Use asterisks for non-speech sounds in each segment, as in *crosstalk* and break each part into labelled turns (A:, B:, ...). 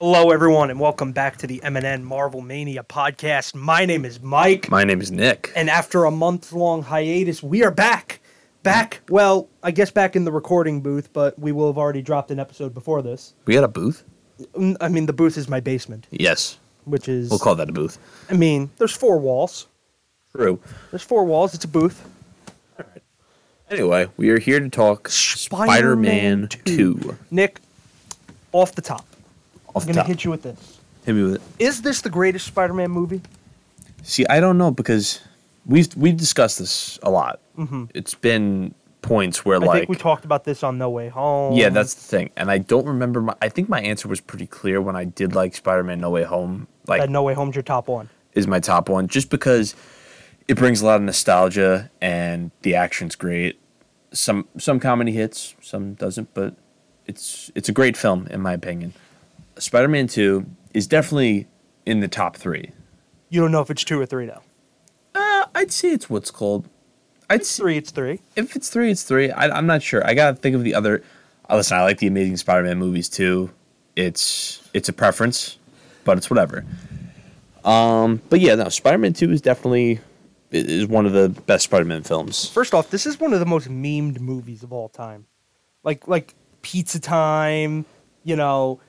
A: Hello, everyone, and welcome back to the MNN Marvel Mania podcast. My name is Mike,
B: My name is Nick.
A: and after a month long hiatus, we are back. Back, well, I guess back in the recording booth, but we will have already dropped an episode before this.
B: We got a booth?
A: Mm, I mean, the booth is my basement,
B: Yes.
A: which is.
B: We'll call that a booth.
A: I mean, there's four walls.
B: True.
A: There's four walls. It's a booth.
B: Anyway, we are here to talk Spider
A: Spider-Man
B: Man 2.
A: Nick, off the top,
B: Off
A: I'm
B: the
A: going
B: top.
A: to hit you with this.
B: Hit me with it.
A: Is this the greatest Spider Man movie?
B: See, I don't know because we've, we've discussed this a lot. Mm-hmm. It's been points where,
A: I
B: like,
A: think we talked about this on No Way Home.
B: yeah, that's the thing. And I don't remember. My, I think my answer was pretty clear when I did like Spider Man No Way Home. Like,
A: That No Way Home's your top one.
B: is my top one just because it brings a lot of nostalgia and the action's great. Some some comedy hits, some doesn't, but it's it's a great film in my opinion. Spider-Man 2 is definitely in the top 3.
A: You don't know if it's two or three, though.
B: Uh, I'd say it's what's called I'd
A: It's
B: say
A: three. It's three.
B: if it's 3 it's 3. I am not sure. I got to think of the other uh, Listen, I like the Amazing Spider-Man movies too. It's it's a preference, but it's whatever. Um, but yeah, no, Spider-Man 2 is definitely i- is one of the best Spider-Man
A: *laughs*
B: films.
A: First off, this is one of the most memed movies of all time. Like like Pizza Time, you know.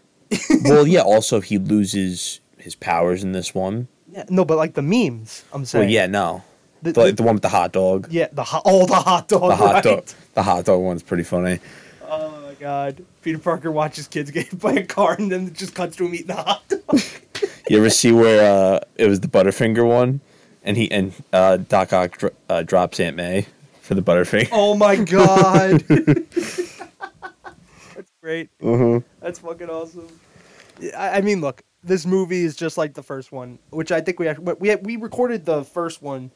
B: well, yeah, also he loses his powers in this one.
A: Yeah, No, but like the memes. I'm saying.
B: Well, yeah, no.
A: The-
B: but
A: the-
B: the one with the hot dog.
A: Yeah. The hot. Oh, the hot dog.
B: the hot
A: right?
B: dog. The hot dog one's pretty funny.
A: Oh my god. Peter Parker watches kids get hit by a car and then it just cuts to him eating the hot dog.
B: You ever see where uh, it was the Butterfinger one, and he and uh, Doc Ock dro- uh, drops Aunt May for the Butterfinger?
A: Oh my god. *laughs* That's great. That's fucking awesome. Yeah, I, I mean, look, this movie is just like the first one, which I think we actually we we recorded the first one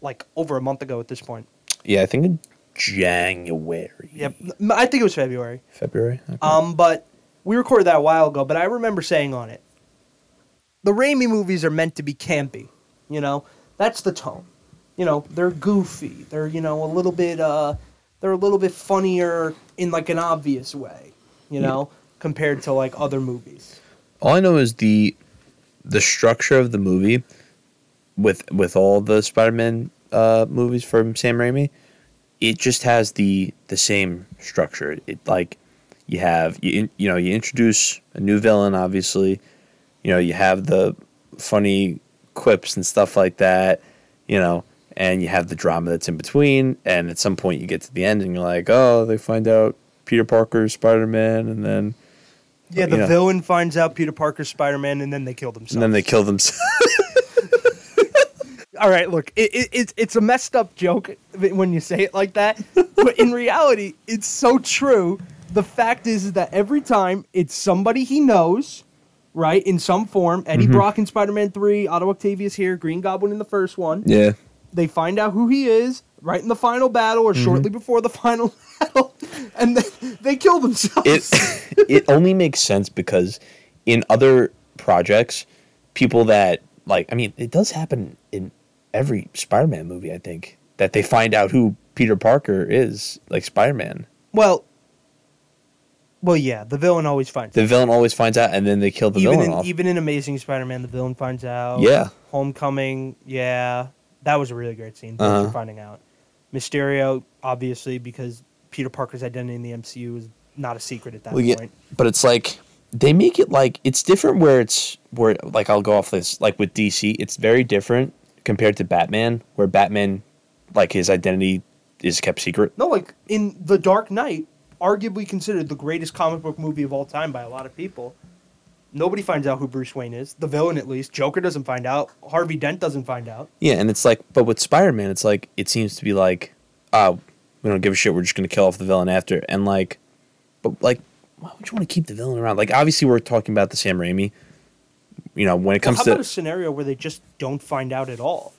A: like over a month ago at this point.
B: Yeah, I think in January.
A: Yep, M- I think it was February.
B: February. Okay.
A: Um, but we recorded that a while ago. But I remember saying on it, the Raimi movies are meant to be campy. You know, that's the tone. You know, they're goofy. They're you know a little bit uh, they're a little bit funnier in like an obvious way. You know, compared to like other movies.
B: all I know is the the structure of the movie with with all the Spider-Man uh, movies from Sam Raimi. It just has the the same structure. It like you have you in, you know you introduce a new villain, obviously. You know you have the funny quips and stuff like that. You know. And you have the drama that's in between, and at some point you get to the end, and you're like, "Oh, they find out Peter Parker's Spider Man," and then
A: Yeah, the
B: Yeah.
A: villain finds out Peter Parker's Spider Man, and then they kill themselves.
B: and then they kill themselves.
A: All right, look, it, it, it's it's a messed up joke when you say it like
B: *laughs*
A: that, but in reality, it's so true. The fact is, is that every time it's somebody he knows, right, in some form. Eddie
B: Mm-hmm.
A: Brock in Spider Man Three, Otto Octavius here, Green Goblin in the first one.
B: *laughs* yeah,
A: They find out who he is right in the final battle or
B: Mm-hmm.
A: shortly before the *laughs* final battle, and then they kill
B: it
A: themselves.
B: it only makes sense because in other projects, people that like I mean, it does happen in every Spider-Man movie. I think that they find out who Peter Parker is, like Spider-Man.
A: *laughs* well, well, yeah, the villain always finds.
B: The villain always finds out, and then they kill the
A: even
B: villain
A: in,
B: off.
A: even in Amazing Spider-Man, the villain finds out.
B: Yeah.
A: Homecoming, yeah, that was a really great scene. thanks
B: Uh-huh.
A: for finding out. Mysterio, obviously, because Peter Parker's identity in the MCU is not a secret at that
B: Well, yeah,
A: point.
B: but it's like they make it like it's different where it's where like I'll go off this like with DC, it's very different compared to Batman, where Batman like his identity is kept secret.
A: No, like in The Dark Knight, arguably considered the greatest comic book movie of all time by a lot of people. Nobody finds out who Bruce Wayne is. The villain, at least. Joker doesn't find out. Harvey Dent doesn't find out.
B: Yeah, and it's like, but with Spider Man, it's like it seems to be like, uh, we don't give a shit. We're just gonna kill off the villain after, and like, but like, why would you want to keep the villain around? Like, obviously, we're talking about the Sam Raimi. You know, when it comes
A: How about a
B: to
A: scenario where they just don't find out at all?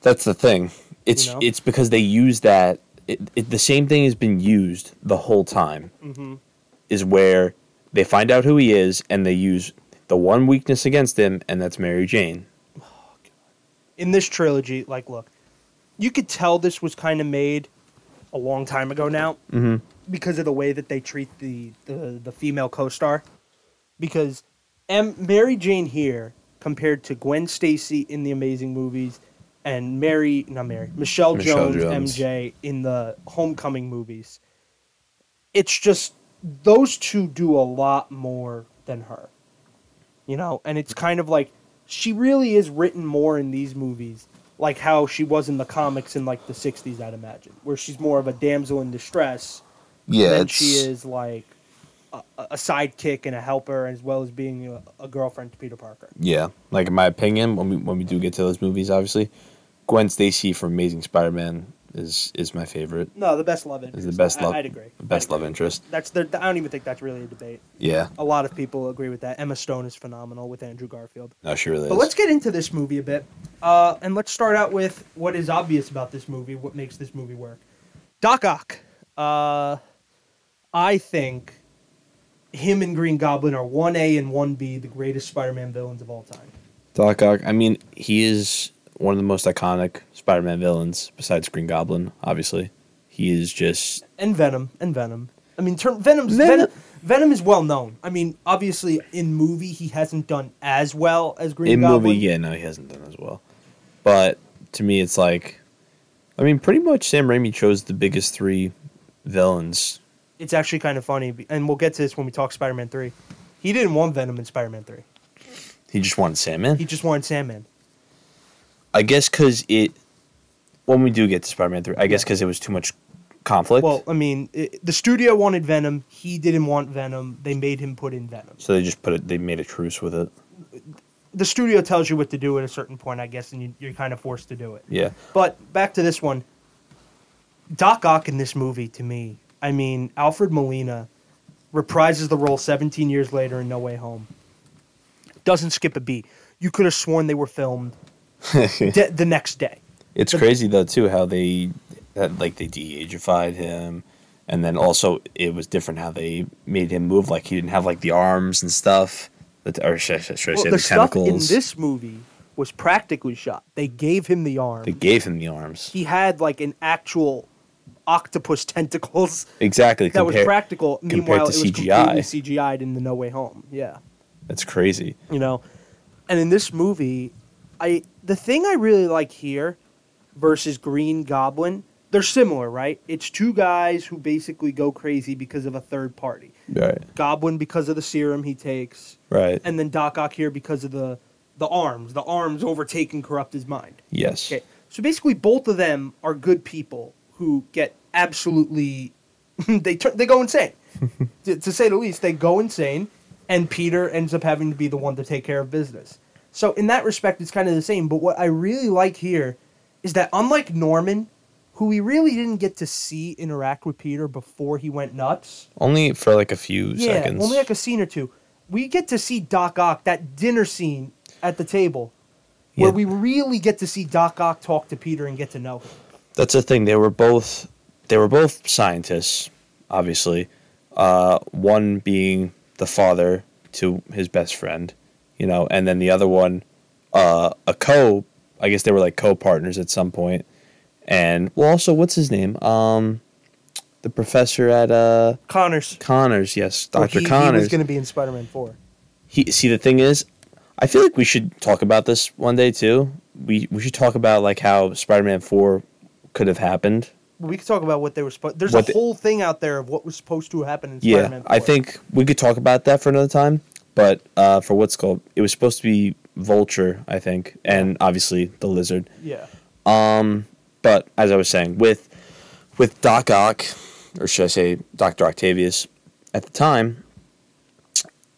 B: that's the thing. It's
A: know?
B: it's because they use that. It, it, the same thing has been used the whole time.
A: Mm-hmm.
B: Is where they find out who he is, and they use the one weakness against him, and that's Mary Jane.
A: in this trilogy, like, look, you could tell this was kind of made a long time ago now because of the way that they treat the the, the female co-star. Because M- Mary Jane here compared to Gwen Stacy in the Amazing movies and Mary, not Mary, Michelle,
B: Michelle
A: Jones,
B: Jones.
A: MJ in the Homecoming movies. It's just those two do a lot more than her. You know, and it's kind of like she really is written more in these movies, like how she was in the comics in like the 60s, I'd imagine, where she's more of a damsel in distress
B: Yeah,
A: and she is like a, a sidekick and a helper as well as being a, a girlfriend to Peter Parker.
B: Yeah, like in my opinion, when we when we do get to those movies, obviously, Gwen Stacy from Amazing Spider-Man is is my favorite.
A: No, the best love interest.
B: Is the best
A: I-
B: love.
A: I'd agree.
B: the Best
A: I'd agree.
B: love interest.
A: That's the. I don't even think that's really a debate.
B: Yeah.
A: A lot of people agree with that. Emma Stone is phenomenal with Andrew Garfield.
B: No, she really
A: But
B: is.
A: let's get into this movie a bit, uh, and let's start out with what is obvious about this movie. What makes this movie work? Doc Ock. Uh, I think him and Green Goblin are one A and one B, the greatest Spider-Man villains of all time.
B: Doc Ock. I mean, he is one of the most iconic Spider-Man villains besides Green Goblin. Obviously, he is just
A: and Venom and Venom. I mean, term, Venom's
B: Venom-
A: Venom. Venom is well known. I mean, obviously in movie he hasn't done as well as Green
B: in
A: Goblin.
B: movie. Yeah, no, he hasn't done as well. But to me, it's like, I mean, pretty much Sam Raimi chose the biggest three villains.
A: It's actually kind of funny, be- and we'll get to this when we talk Spider-Man Three. He didn't want Venom in Spider-Man Three.
B: He just wanted Sandman.
A: He just wanted Sandman.
B: I guess because it when we do get to Spider-Man three, I guess because it was too much conflict.
A: Well, I mean, it, the studio wanted Venom. He didn't want Venom. They made him put in Venom.
B: so they just put it. They made a truce with it.
A: The studio tells you what to do at a certain point, I guess, and you, you're kind of forced to do it.
B: Yeah,
A: But back to this one. Doc Ock in this movie, to me, I mean, Alfred Molina reprises the role 17 years later in No Way Home. Doesn't skip a beat. You could have sworn they were filmed de- the next day.
B: it's crazy though too how they that, like they de-ageified him, and then also it was different how they made him move. Like he didn't have like the arms and stuff. The, or should, I- should I
A: Well,
B: say
A: the
B: the,
A: stuff in
B: tentacles?
A: this movie was practically shot. They gave him the arm.
B: they gave him the arms.
A: he had like an actual octopus *laughs* tentacles
B: Exactly.
A: that was
B: compare-
A: practical.
B: compared
A: Meanwhile, it
B: to
A: was
B: CGI.
A: completely CGI'd in the No Way Home. Yeah.
B: That's crazy.
A: you know and in this movie i the thing i really like here versus green goblin they're similar right it's two guys who basically go crazy because of a third party
B: Right.
A: goblin because of the serum he takes
B: Right.
A: and then doc ock here because of the the arms the arms overtake and corrupt his mind
B: yes.
A: okay so basically both of them are good people who get absolutely *laughs* they turn they go insane to, to say the least, they go insane, and Peter ends up having to be the one to take care of business. So in that respect, it's kind of the same. But what I really like here is that unlike Norman, who we really didn't get to see interact with Peter before he went nuts,
B: Only for like a few seconds.
A: only like a scene or two, we get to see Doc Ock that dinner scene at the table. Where
B: Yeah.
A: we really get to see Doc Ock talk to Peter and get to know him.
B: that's the thing. They were both they were both scientists, obviously. Uh, one being the father to his best friend, you know, and then the other one, uh, a co. I guess they were like co partners at some point. And well, also what's his name? Um, the professor at uh
A: Connors.
B: Connors, yes,
A: Or
B: Doctor
A: Oh, he, He
B: Connors.
A: was going to be in Spider Man 4.
B: He see the thing is, I feel like we should talk about this one day too. We we should talk about like how Spider Man Four could have happened
A: We could talk about what they were supposed. There's
B: What
A: a
B: the-
A: whole thing out there of what was supposed to happen in
B: Yeah,
A: Spider-Man.
B: I
A: 4.
B: think we could talk about that for another time. But uh, for what's called, it was supposed to be Vulture, I think, and obviously the Lizard.
A: Yeah,
B: But as I was saying, with with Doc Ock, or should I say Doctor Octavius, at the time,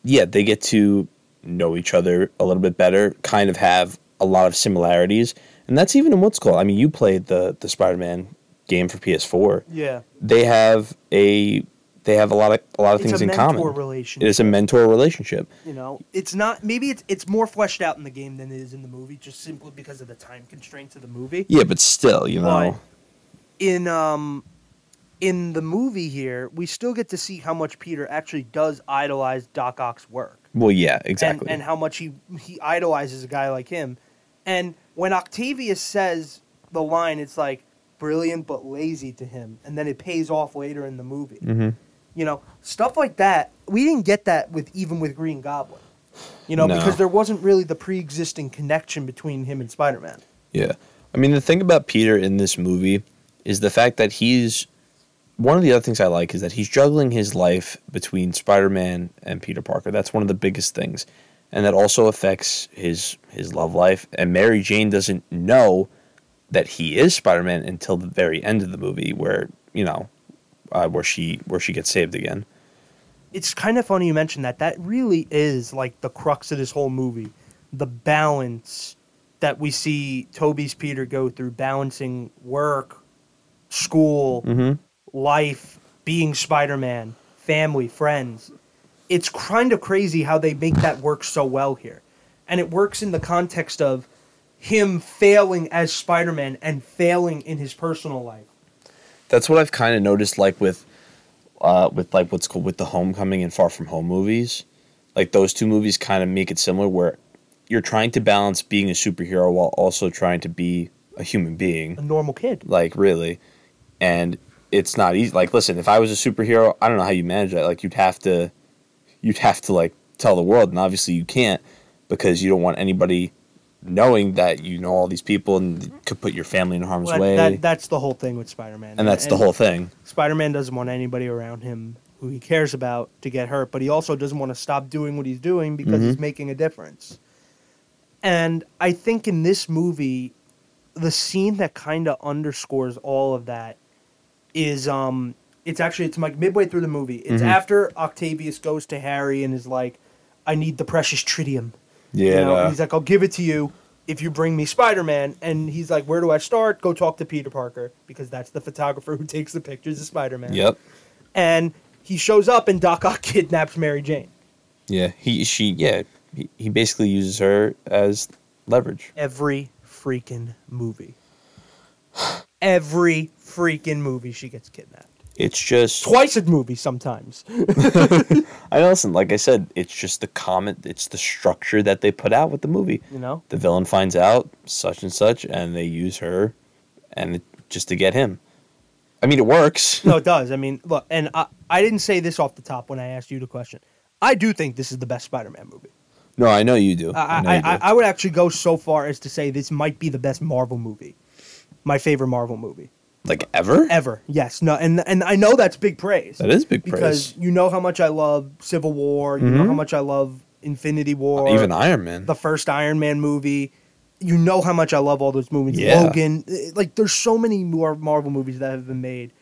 B: yeah, they get to know each other a little bit better, kind of have a lot of similarities, and that's even in what's called. I mean, you played the the Spider Man game for PS4.
A: yeah.
B: They have a they have a lot of a lot of
A: It's
B: things
A: a
B: in
A: mentor
B: common.
A: relationship.
B: It is a mentor relationship.
A: You know, it's not. Maybe it's it's more fleshed out in the game than it is in the movie, just simply because of the time constraints of the movie.
B: Yeah, but still, you know.
A: In um, in the movie here, we still get to see how much Peter actually does idolize Doc Ock's work.
B: Well, yeah, exactly.
A: and, and how much he he idolizes a guy like him. And when Octavius says the line, it's like brilliant but lazy to him, and then it pays off later
B: Mm-hmm.
A: in the movie. You know, stuff like that. We didn't get that with even with Green Goblin. You know,
B: No.
A: because there wasn't really the pre-existing connection between him and Spider-Man.
B: Yeah. I mean, the thing about Peter in this movie is the fact that he's one of the other things I like is that he's juggling his life between Spider Man and Peter Parker. That's one of the biggest things. And that also affects his his love life. And Mary Jane doesn't know that he is Spider Man until the very end of the movie where, you know, uh, where she where she gets saved again.
A: It's kind of funny you mentioned that. That really is like the crux of this whole movie, the balance that we see Toby's Peter go through balancing work, school,
B: Mm-hmm.
A: life, being Spider Man, family, friends. It's kind of crazy how they make that work so well here. And it works in the context of him failing as Spider Man and failing in his personal life.
B: that's what I've kind of noticed, like with, uh, with like what's called with the Homecoming and Far From Home movies, like those two movies kind of make it similar, where you're trying to balance being a superhero while also trying to be a human being,
A: A normal kid.
B: like really, and it's not easy. Like, listen, if I was a superhero, I don't know how you manage that. Like, you'd have to, you'd have to like tell the world, and obviously you can't because you don't want anybody knowing that you know all these people and could put your family in harm's
A: Well,
B: way.
A: that, that, that's the whole thing with Spider Man.
B: and that's the whole thing.
A: Spider Man doesn't want anybody around him who he cares about to get hurt, but he also doesn't want to stop doing what he's doing because he's making a difference. And I think in this movie, the scene that kind of underscores all of that is um it's actually it's like midway through the movie. It's after Octavius goes to Harry and is like, I need the precious tritium. You
B: Yeah,
A: know,
B: nah.
A: and he's like, I'll give it to you if you bring me Spider Man. And he's like, Where do I start? Go talk to Peter Parker because that's the photographer who *laughs* takes the pictures of Spider Man.
B: Yep.
A: And he shows up, and Doc Ock *laughs* kidnaps Mary Jane.
B: Yeah, he she yeah he, he basically uses her as leverage.
A: Every freaking movie. *sighs* Every freaking movie, she gets kidnapped.
B: It's just
A: Twice a movie
B: *laughs*
A: sometimes.
B: I know, listen, like I said, it's just the comment, it's the structure that they put out with the movie.
A: You know?
B: The villain finds out such and such, and they use her, and it, just to get him. I mean, it works.
A: No, it does. I mean, look, and I, I didn't say this off the top when I asked you the question. I do think this is the best Spider Man movie.
B: No, I know you do.
A: I,
B: know
A: I,
B: you do.
A: I, I would actually go so far as to say this might be the best Marvel movie. My favorite Marvel movie
B: like ever?
A: ever. Yes. No. And and I know that's big praise.
B: That is big
A: because
B: praise.
A: you know how much I love Civil War. You know
B: Mhm.
A: how much I love Infinity War.
B: Even Iron Man.
A: the first Iron Man movie. You know how much I love all those movies.
B: Yeah.
A: Logan. eh, Like there's so many more Marvel movies that have been made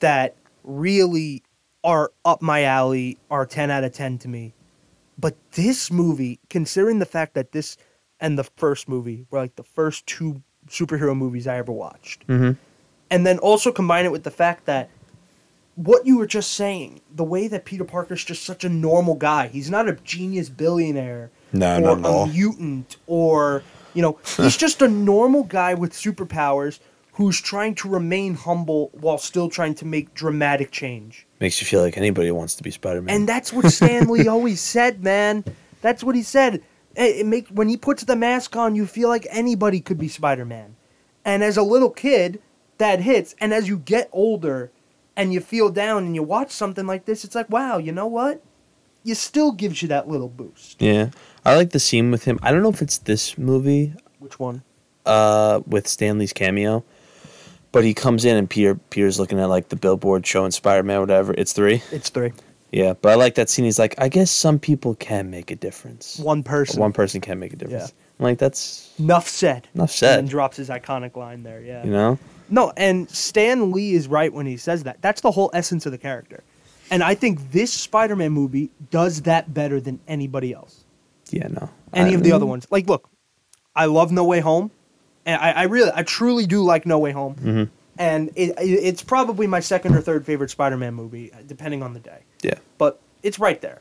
A: that really are up my alley. Are ten out of ten to me. But this movie, considering the fact that this and the first movie were like the first two superhero movies I ever watched,
B: Mhm.
A: and then also combine it with the fact that what you were just saying, the way that Peter Parker's just such a normal guy, he's not a genius billionaire
B: No,
A: or
B: not at
A: a
B: all.
A: mutant or, you
B: *laughs*
A: know, he's just a normal guy with superpowers who's trying to remain humble while still trying to make dramatic change.
B: Makes you feel like anybody wants to be Spider Man. *laughs*
A: And that's what Stanley always said, man. That's what he said. Eh, It, it make when he puts the mask on, you feel like anybody could be Spider Man. And as a little kid, that hits. And as you get older, and you feel down, and you watch something like this, it's like, wow, you know what? You still gives you that little boost.
B: yeah, I like the scene with him. I don't know if it's this movie.
A: Which one?
B: uh, with Stanley's cameo. But he comes in and Peter Peter's looking at like the billboard showing Spider Man, whatever. It's three.
A: It's three.
B: Yeah. But I like that scene. He's like, I guess some people can make a difference.
A: One person.
B: One person can make a difference.
A: Yeah.
B: I'm like, that's
A: Enough said.
B: enough
A: And then
B: said.
A: drops his iconic line there. Yeah.
B: You know?
A: No, and Stan Lee is right when he says that. That's the whole essence of the character. And I think this Spider Man movie does that better than anybody else.
B: Yeah, no.
A: Any
B: I- Mm-hmm.
A: of the other ones. Like, look, I love No Way Home. And I, I really, I truly do like No Way Home. And it, it, it's probably my second or third favorite Spider Man movie, uh, depending on the day
B: Yeah.
A: but it's right there.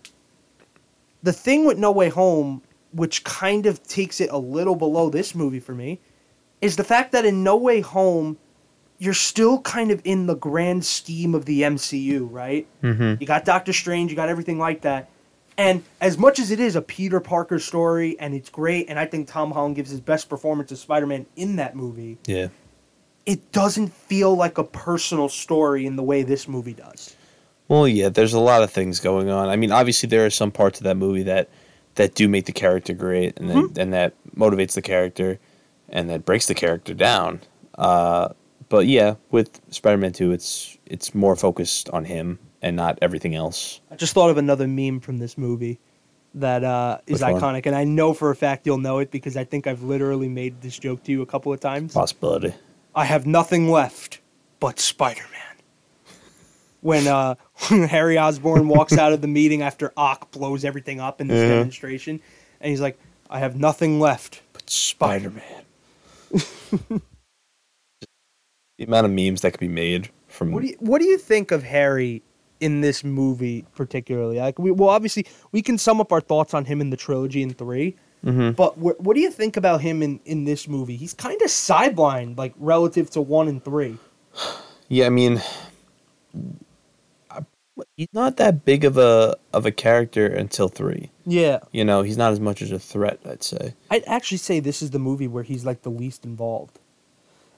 A: The thing with No Way Home, which kind of takes it a little below this movie for me, is the fact that in No Way Home, you're still kind of in the grand scheme of the MCU, right?
B: Mm-hmm.
A: You got Doctor Strange, you got everything like that. And as much as it is a Peter Parker story and it's great, and I think Tom Holland gives his best performance as Spider Man in that movie,
B: Yeah.
A: it doesn't feel like a personal story in the way this movie does.
B: Well, yeah, there's a lot of things going on. I mean, obviously there are some parts of that movie that that do make the character great and
A: Mm-hmm.
B: then, and that motivates the character and that breaks the character down. Uh, but yeah, with Spider-Man 2 it's it's more focused on him and not everything else.
A: I just thought of another meme from this movie that uh, is
B: Which one?
A: iconic, and I know for a fact you'll know it because I think I've literally made this joke to you a couple of times.
B: Possibility.
A: I have nothing left but Spider Man. When uh, *laughs* Harry Osborn walks out of the meeting after Ock blows everything up in this
B: Yeah.
A: demonstration, and he's like, I have nothing left.
B: But Spider-Man. *laughs* the amount of memes that could be made from
A: What do you, what do you think of Harry in this movie particularly? Like we well obviously we can sum up our thoughts on him in the trilogy in 3. But wh- what do you think about him in, in this movie? He's kind of sidelined like relative to 1 and 3.
B: Yeah, I mean, I- he's not that big of a of a character until three.
A: Yeah.
B: You know, he's not as much as a threat. I'd say.
A: I'd actually say this is the movie where he's like the least involved.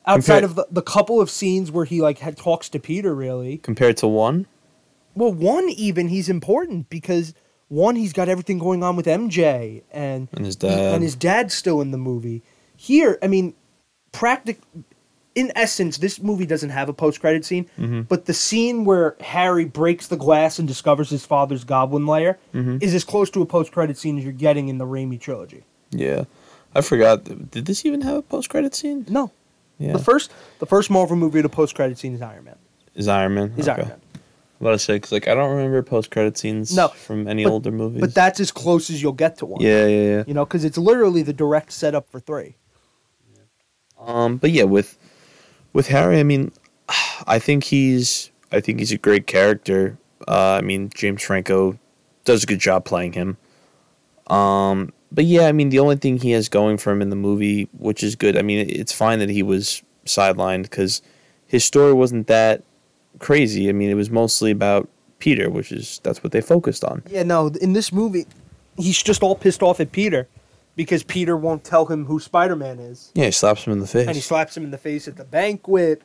A: Outside
B: Compare-
A: of the, the couple of scenes where he like had, talks to Peter, really.
B: Compared to one,
A: Well, one even he's important because one he's got everything going on with MJ and
B: And his
A: he-
B: dad.
A: and his dad's still in the movie. Here, I mean, practic in essence, this movie doesn't have a post credit scene,
B: Mm-hmm.
A: but the scene where Harry breaks the glass and discovers his father's goblin lair
B: Mm-hmm.
A: is as close to a post credit scene as you're getting in the Raimi trilogy.
B: yeah, I forgot. Did this even have a post credit scene?
A: No,
B: Yeah,
A: The first, the first Marvel movie to post credit scene is Iron Man.
B: is Iron Man.
A: Is Iron Man.
B: I'm about to say 'cause, like I don't remember post credit scenes.
A: No,
B: from any
A: but-
B: older movies.
A: But that's as close as you'll get to one.
B: yeah, yeah, yeah.
A: You know, because it's literally the direct setup for three.
B: Um, but yeah, with with Harry, I mean, I think he's I think he's a great character. Uh, I mean, James Franco does a good job playing him. Um, but yeah, I mean, the only thing he has going for him in the movie, which is good. I mean, it's fine that he was sidelined because his story wasn't that crazy. I mean, it was mostly about Peter, which is that's what they focused on.
A: Yeah. No, in this movie, he's just all pissed off at Peter because Peter won't tell him who Spider Man is,
B: Yeah, he slaps him in the face.
A: and he slaps him in the face at the banquet.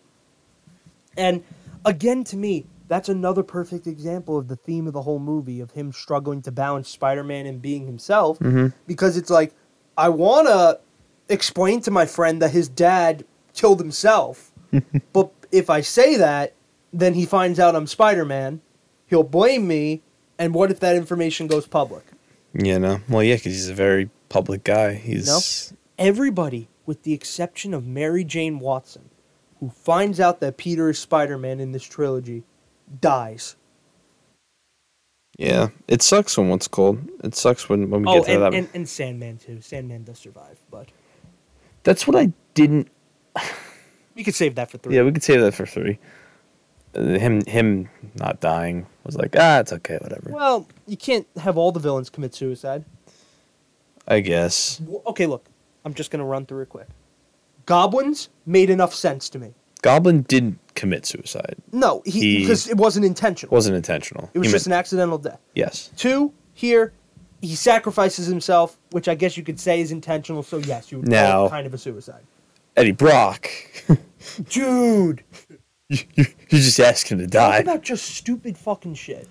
A: And again, to me, that's another perfect example of the theme of the whole movie of him struggling to balance Spider Man and being himself.
B: Mhm.
A: because it's like I want to explain to my friend that his dad killed himself, but if I say that, then he finds out I'm Spider Man. He'll blame me, and what if that information goes public?
B: You know, well, yeah, because he's a very public guy. He's
A: Everybody, with the exception of Mary Jane Watson, who finds out that Peter is Spider Man in this trilogy, dies.
B: Yeah, it sucks when what's cold. It sucks when, when we
A: Oh,
B: get to that.
A: and, and, and Sandman too. Sandman does survive, but
B: That's what I didn't.
A: we could save that for three.
B: Yeah, we could save that for three. Uh, him, him not dying was like ah, it's okay, whatever.
A: Well, you can't have all the villains commit suicide.
B: I guess
A: W- okay, look, I'm just gonna run through it quick. Goblins made enough sense to me.
B: Goblin didn't commit suicide.
A: No, he
B: He-
A: because it wasn't intentional.
B: It wasn't intentional.
A: it was
B: He
A: just an
B: meant-
A: accidental death.
B: yes.
A: Two here, he sacrifices himself, which I guess you could say is intentional. So yes, you would call
B: Now-
A: it kind of a suicide,
B: Eddie Brock, *laughs*
A: dude.
B: you just asked him to
A: Talk
B: die.
A: about just stupid fucking shit.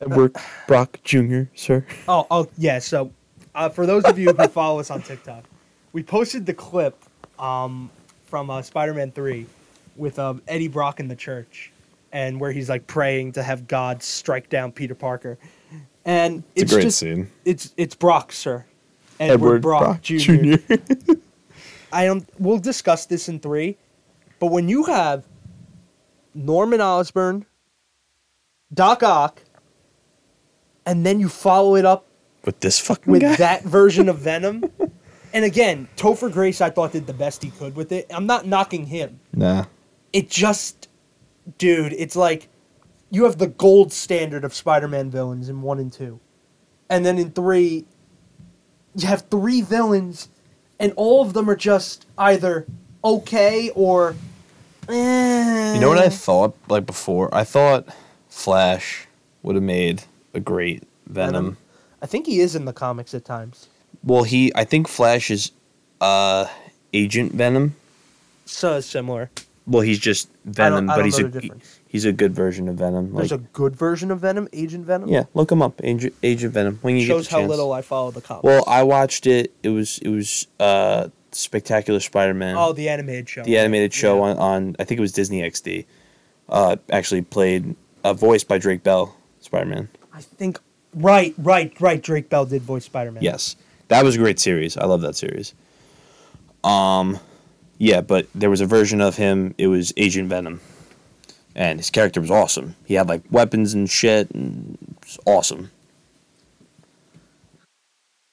B: Edward Brock Jr., sir.
A: Oh, oh yeah. So, uh, for those of you
B: *laughs*
A: who follow us on TikTok, we posted the clip um, from uh, Spider-Man Three with um, Eddie Brock in the church, and where he's like praying to have God strike down Peter Parker, and it's,
B: great
A: just,
B: scene.
A: It's it's Brock, sir. Edward, Brock, *laughs* Jr. I don't. We'll discuss this in three, but when you have Norman Osborn, Doc Ock, and then you follow it up
B: With this fucking
A: with *laughs*
B: guy.
A: that version of Venom, and again, Topher Grace, I thought did the best he could with it. I'm not knocking him.
B: Nah.
A: It just, dude, it's like you have the gold standard of Spider-Man villains in one and two, and then in three, you have three villains, and all of them are just either okay or. eh.
B: You know what I thought like before? I thought Flash would have made a great Venom.
A: Venom? I think he is in the comics at times.
B: Well, he I think Flash is uh Agent Venom.
A: So similar.
B: Well, he's just Venom,
A: I
B: but
A: don't
B: he's
A: know
B: a
A: the
B: he-
A: difference.
B: he's a good version of Venom. Like,
A: There's a good version of Venom, Agent Venom.
B: yeah, look him up, Agent, Agent Venom. When you
A: shows
B: get the chance.
A: how little I follow the comics.
B: Well, I watched it. It was it was uh Spectacular Spider-Man.
A: oh, the animated show.
B: the animated show
A: Yeah.
B: on, on I think it was Disney XD. Uh, actually played a voice by Drake Bell, Spider-Man.
A: I think right, right, right. Drake Bell did voice Spider Man.
B: Yes, that was a great series. I love that series. Um, yeah, but there was a version of him. It was Agent Venom, and his character was awesome. He had like weapons and shit, and it's awesome.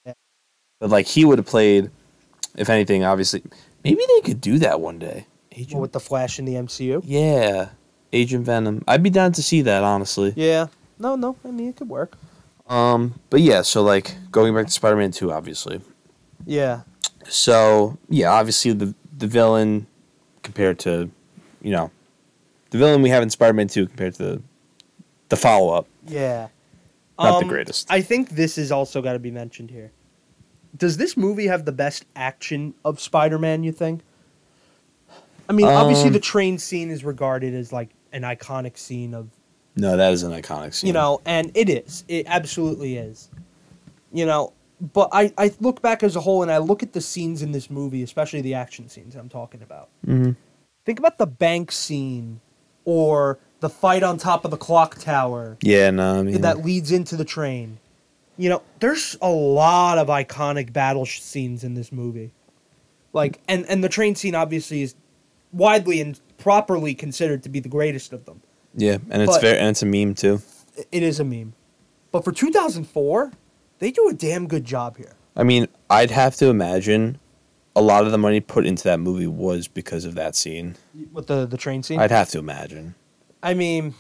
A: Yeah.
B: But like he would have played, if anything, obviously, maybe they could do that one day. Agent,
A: With the Flash in the MCU.
B: yeah, Agent Venom. I'd be down to see that honestly.
A: Yeah. No, no. I mean, it could work.
B: Um, but yeah, so like going back to Spider-Man Two, obviously.
A: Yeah.
B: So yeah, obviously the the villain compared to, you know, the villain we have in Spider Man Two compared to the, the follow up.
A: Yeah. Um,
B: Not the greatest.
A: I think this is also got to be mentioned here. Does this movie have the best action of Spider-Man? You think? I mean, obviously
B: Um,
A: the train scene is regarded as like an iconic scene of
B: No, that is an iconic scene.
A: you know, and it is. It absolutely is. You know, but I, I look back as a whole and I look at the scenes in this movie, especially the action scenes I'm talking about.
B: Mhm.
A: Think about the bank scene or the fight on top of the clock tower
B: Yeah, no, I mean
A: that leads into the train. You know, there's a lot of iconic battle sh- scenes in this movie. Like, and, and the train scene obviously is widely and properly considered to be the greatest of them.
B: yeah, and it's
A: but-
B: very and it's a meme too.
A: it is a meme. But for 2004, they do a damn good job here.
B: I mean, I'd have to imagine a lot of the money put into that movie was because of that scene.
A: With the, the train scene?
B: I'd have to imagine.
A: I mean,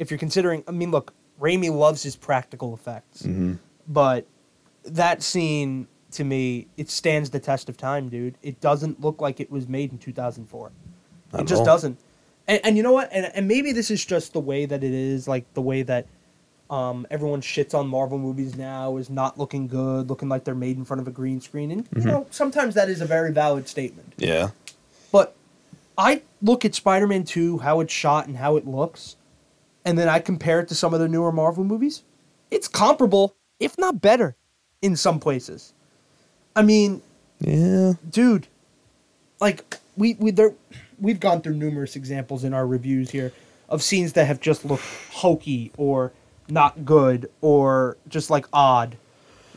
A: if you're considering, I mean, look, Raimi loves his practical effects.
B: Mm-hmm.
A: But that scene, to me, it stands the test of time, dude. It doesn't look like it was made in 2004.
B: Not
A: it
B: at
A: just
B: all.
A: doesn't. And, and you know what? And, and maybe this is just the way that it is, like the way that um, everyone shits on Marvel movies now is not looking good, looking like they're made in front of a green screen. And,
B: Mm-hmm.
A: you know, sometimes that is a very valid statement.
B: Yeah.
A: But I look at Spider Man 2, how it's shot and how it looks, and then I compare it to some of the newer Marvel movies. It's comparable, if not better, in some places. I mean,
B: Yeah.
A: dude, like we we there, we've gone through numerous examples in our reviews here of scenes that have just looked hokey or not good or just like odd,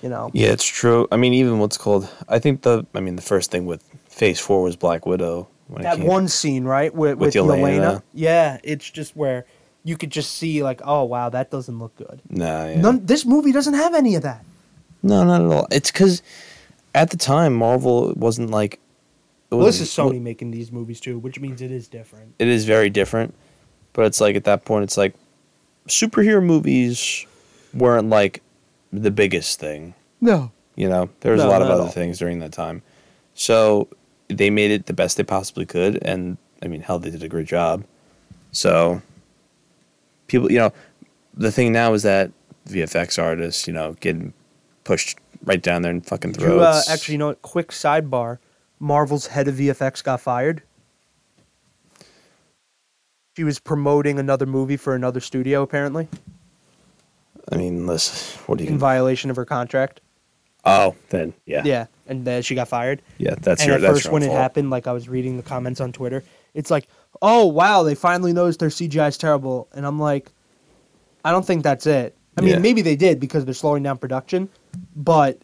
A: you know.
B: Yeah, it's true. I mean, even what's called. I think the. I mean, the first thing with Phase Four was Black Widow. When it
A: that
B: came-
A: one scene, right, with, with,
B: With
A: Yelena.
B: Yelena.
A: Yeah, it's just where you could just see like, oh wow, that doesn't look good.
B: Nah, yeah.
A: None, this movie doesn't have any of that.
B: no, not at all. It's because at the time Marvel wasn't like. It
A: Well, this is
B: wasn't-
A: Sony making these movies too, which means it is different.
B: It is very different, but it's like at that point, it's like superhero movies weren't like the biggest thing.
A: No.
B: You know, there was
A: No,
B: a lot of
A: not at
B: other
A: all.
B: things during that time, so they made it the best they possibly could, and I mean, hell, they did a great job. So people, you know, the thing now is that VFX artists, you know, getting pushed right down their fucking
A: Did you, uh,
B: throats.
A: actually, you know what? Quick sidebar: Marvel's head of VFX got fired. She was promoting another movie for another studio, apparently,
B: I mean, listen, what do you?
A: in violation of her contract.
B: oh, then yeah,
A: Yeah, and then she got fired.
B: yeah. That's
A: and
B: your.
A: at
B: that's
A: first,
B: your own
A: when it
B: fault.
A: happened, like I was reading the comments on Twitter, it's like, "Oh wow, they finally noticed their CGI is terrible," and I'm like, "I don't think that's it. I mean,
B: Yeah.
A: maybe they did because they're slowing down production, but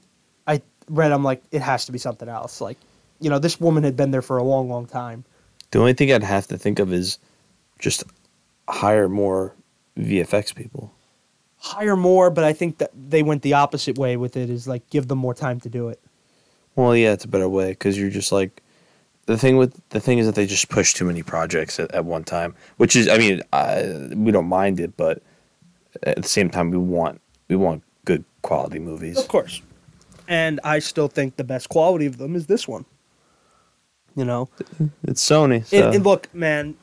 A: I read, I'm like, it has to be something else. Like, you know, this woman had been there for a long, long time.
B: The only thing I'd have to think of is just hire more VFX people.
A: Hire more, but I think that they went the opposite way with it. Is like, give them more time to do it.
B: Well, yeah, it's a better way because you're just like the thing with the thing is that they just push too many projects at, at one time, which is I mean I, we don't mind it, but at the same time we want we want good quality movies.
A: Of course. And I still think the best quality of them is this one. You know,
B: It's Sony, so
A: And, and look, man,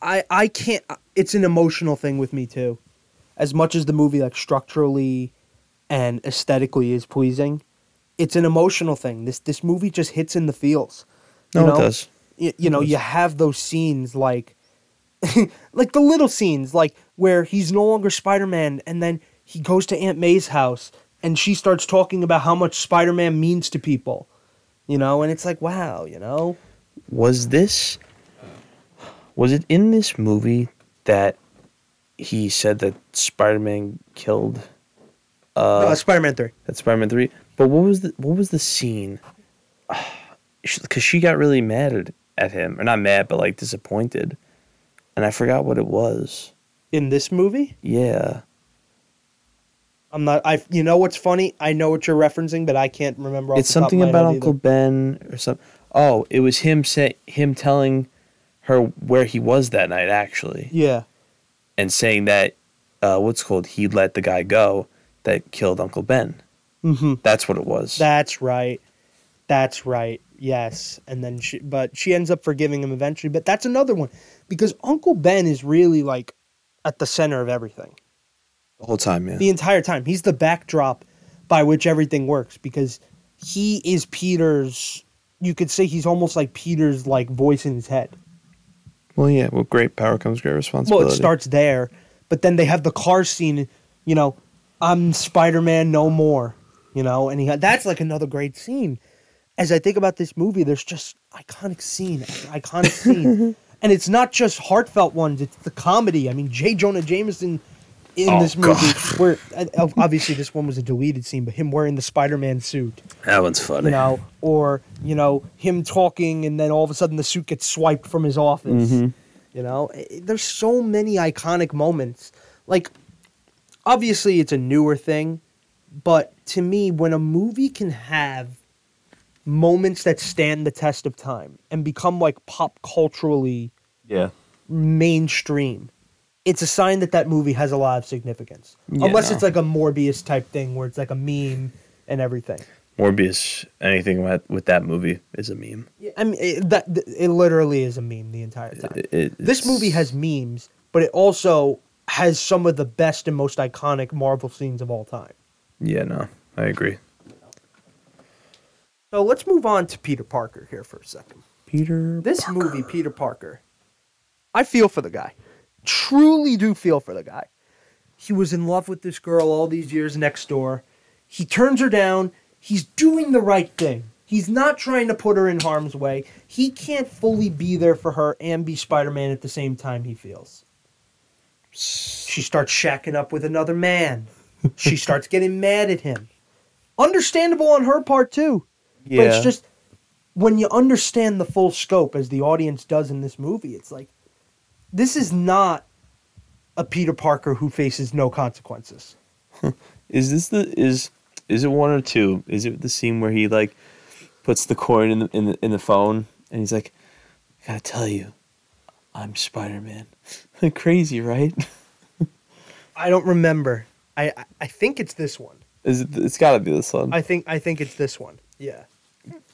A: I I can't. It's an emotional thing with me too. As much as the movie, like structurally and aesthetically, is pleasing, it's an emotional thing. This this movie just hits in the feels.
B: no,
A: you
B: it
A: know?
B: does.
A: y- you know, you have those scenes like *laughs* like the little scenes like where he's no longer Spider-Man and then he goes to Aunt May's house and she starts talking about how much Spider-Man means to people. You know, and it's like, wow, you know.
B: was this was it in this movie that he said that spider-man killed
A: uh, Spider-Man 3.
B: that spider-man 3 but what was the what was the scene *sighs* because she got really mad at, at him or not mad but like disappointed and i forgot what it was
A: In this movie?
B: yeah
A: I'm not I you know what's funny? I know what you're referencing, but I can't remember off
B: it's
A: the top of
B: something
A: my
B: about
A: head
B: Uncle Ben or something. Oh, it was him say him telling her where he was that night actually,
A: either. Yeah.
B: and saying that uh, what's it called he let the guy go that killed Uncle Ben.
A: Mhm.
B: That's what it was.
A: That's right. That's right. Yes. And then she but she ends up forgiving him eventually, but that's another one because Uncle Ben is really like at the center of everything.
B: the whole time, yeah.
A: The entire time. He's the backdrop by which everything works because he is Peter's you could say he's almost like Peter's like voice in his head.
B: Well, yeah. With great power comes great
A: Well,
B: responsibility.
A: it starts there, but then they have the car scene. You know, I'm Spider Man no more. You know, and he that's like another great scene. As I think about this movie, there's just iconic scene, after iconic
B: *laughs*
A: scene, and it's not just heartfelt ones. It's the comedy. I mean, J. Jonah Jameson in
B: Oh,
A: this movie, where uh, obviously this one was a deleted scene, but him wearing the Spider Man suit
B: That one's funny.
A: you know, or you know him talking, and then all of a sudden the suit gets swiped from his office.
B: Mm-hmm.
A: You know, I- I- there's so many iconic moments. Like, obviously, it's a newer thing, but to me, when a movie can have moments that stand the test of time and become like pop culturally
B: Yeah.
A: mainstream, it's a sign that that movie has a lot of significance.
B: Yeah,
A: Unless
B: no.
A: it's like a Morbius type thing where it's like a meme and everything.
B: Morbius. Anything with, with that movie is a meme.
A: Yeah, I mean, it, that th- it literally is a meme the entire time.
B: It- it-
A: this
B: it's-
A: movie has memes, but it also has some of the best and most iconic Marvel scenes of all time.
B: Yeah. No, I agree.
A: So let's move on to Peter Parker here for a second.
B: Peter.
A: This movie, Peter Parker, I feel for the guy. Truly do feel for the guy. He was in love with this girl all these years next door. He turns her down. He's doing the right thing. He's not trying to put her in harm's way. He can't fully be there for her and be Spider Man at the same time, he feels. She starts shacking up with another man. She starts getting mad at him. Understandable on her part, too. But
B: Yeah.
A: it's just when you understand the full scope, as the audience does in this movie, it's like this is not a Peter Parker who faces no consequences.
B: Is this the is is it one or two? Is it the scene where he like puts the coin in the in the, in the phone and he's like, I gotta tell you, I'm Spider *laughs* Man. Crazy, right? *laughs*
A: I don't remember. I, I I think it's this one.
B: Is it? It's gotta be this *laughs* one.
A: I think I think it's this one. Yeah.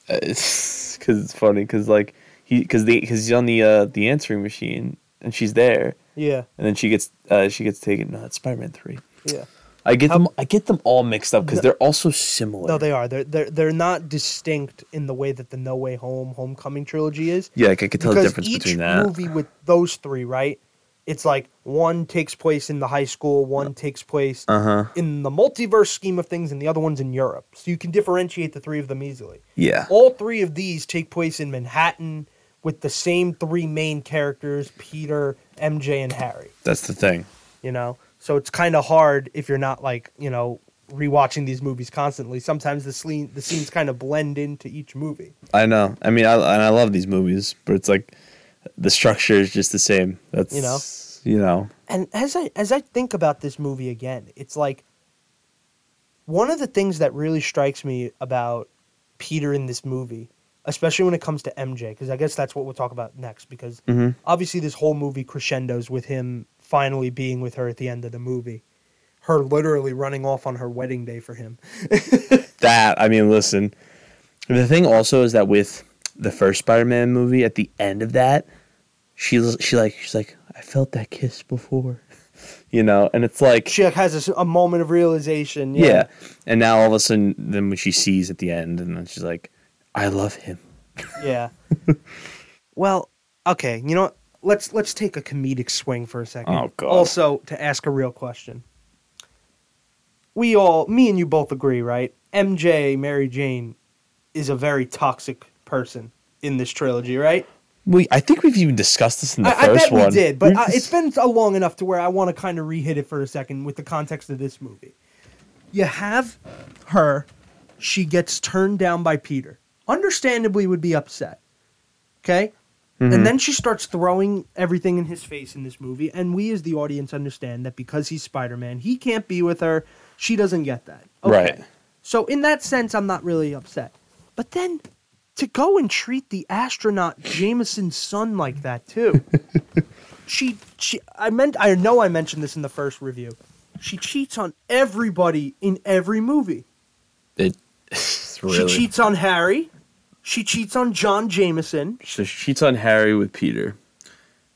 B: Because it's funny. Because like he because the because he's on the uh the answering machine and she's there
A: Yeah.
B: and then she gets uh she gets taken. No, it's Spider Man three.
A: Yeah.
B: I get them. I get them all mixed up because they're also similar.
A: No, they are. They're they're they're not distinct in the way that the No Way Home Homecoming trilogy is.
B: yeah, like I could tell the
A: because
B: difference
A: each
B: between that.
A: movie with those three, right? It's like one takes place in the high school, one takes place
B: Uh-huh.
A: in the multiverse scheme of things, and the other one's in Europe. So you can differentiate the three of them easily.
B: Yeah.
A: All three of these take place in Manhattan with the same three main characters Peter, MJ, and Harry,
B: That's the thing.
A: you know? So it's kind of hard if you're not like, you know, rewatching these movies constantly. Sometimes the, scene, the scenes kind of blend into each movie.
B: I know. I mean, I and I love these movies, but it's like the structure is just the same. That's
A: You know?
B: you know.
A: and as I as I think about this movie again, it's like one of the things that really strikes me about Peter in this movie, especially when it comes to MJ, because I guess that's what we'll talk about next. Because obviously, this whole movie crescendos with him finally being with her at the end of the movie, her literally running off on her wedding day for him.
B: That I mean, listen. The thing also is that with the first Spider-Man movie, at the end of that, she she like she's like I felt that kiss before, *laughs* you know, and it's like
A: She like, has a s- a, moment of realization.
B: yeah. and now all of a sudden, then when she sees at the end, and then she's like, I love him.
A: Yeah. Well, okay, you know what? Let's let's take a comedic swing for a second.
B: Oh, God.
A: Also, to ask a real question. We all me and you both agree, right? MJ, Mary Jane is a very toxic person in this trilogy, right?
B: We I think we've even discussed this in the
A: I, I
B: first
A: bet
B: one.
A: we did, but
B: We've *laughs*
A: uh,
B: dis-
A: it's been so long enough to where I want to kind of rehit it for a second with the context of this movie. You have her; she gets turned down by Peter. Understandably, would be upset. Okay,
B: Mm-hmm.
A: and then she starts throwing everything in his face in this movie, and we as the audience understand that because he's Spider Man, he can't be with her. She doesn't get that.
B: Right.
A: So in that sense, I'm not really upset. But then to go and treat the astronaut Jameson's son like that
B: *laughs*
A: too. she she I meant I know I mentioned this in the first review. She cheats on everybody in every movie.
B: It- *laughs* it's really.
A: She cheats on Harry. She cheats on John Jameson.
B: so she cheats on Harry with Peter.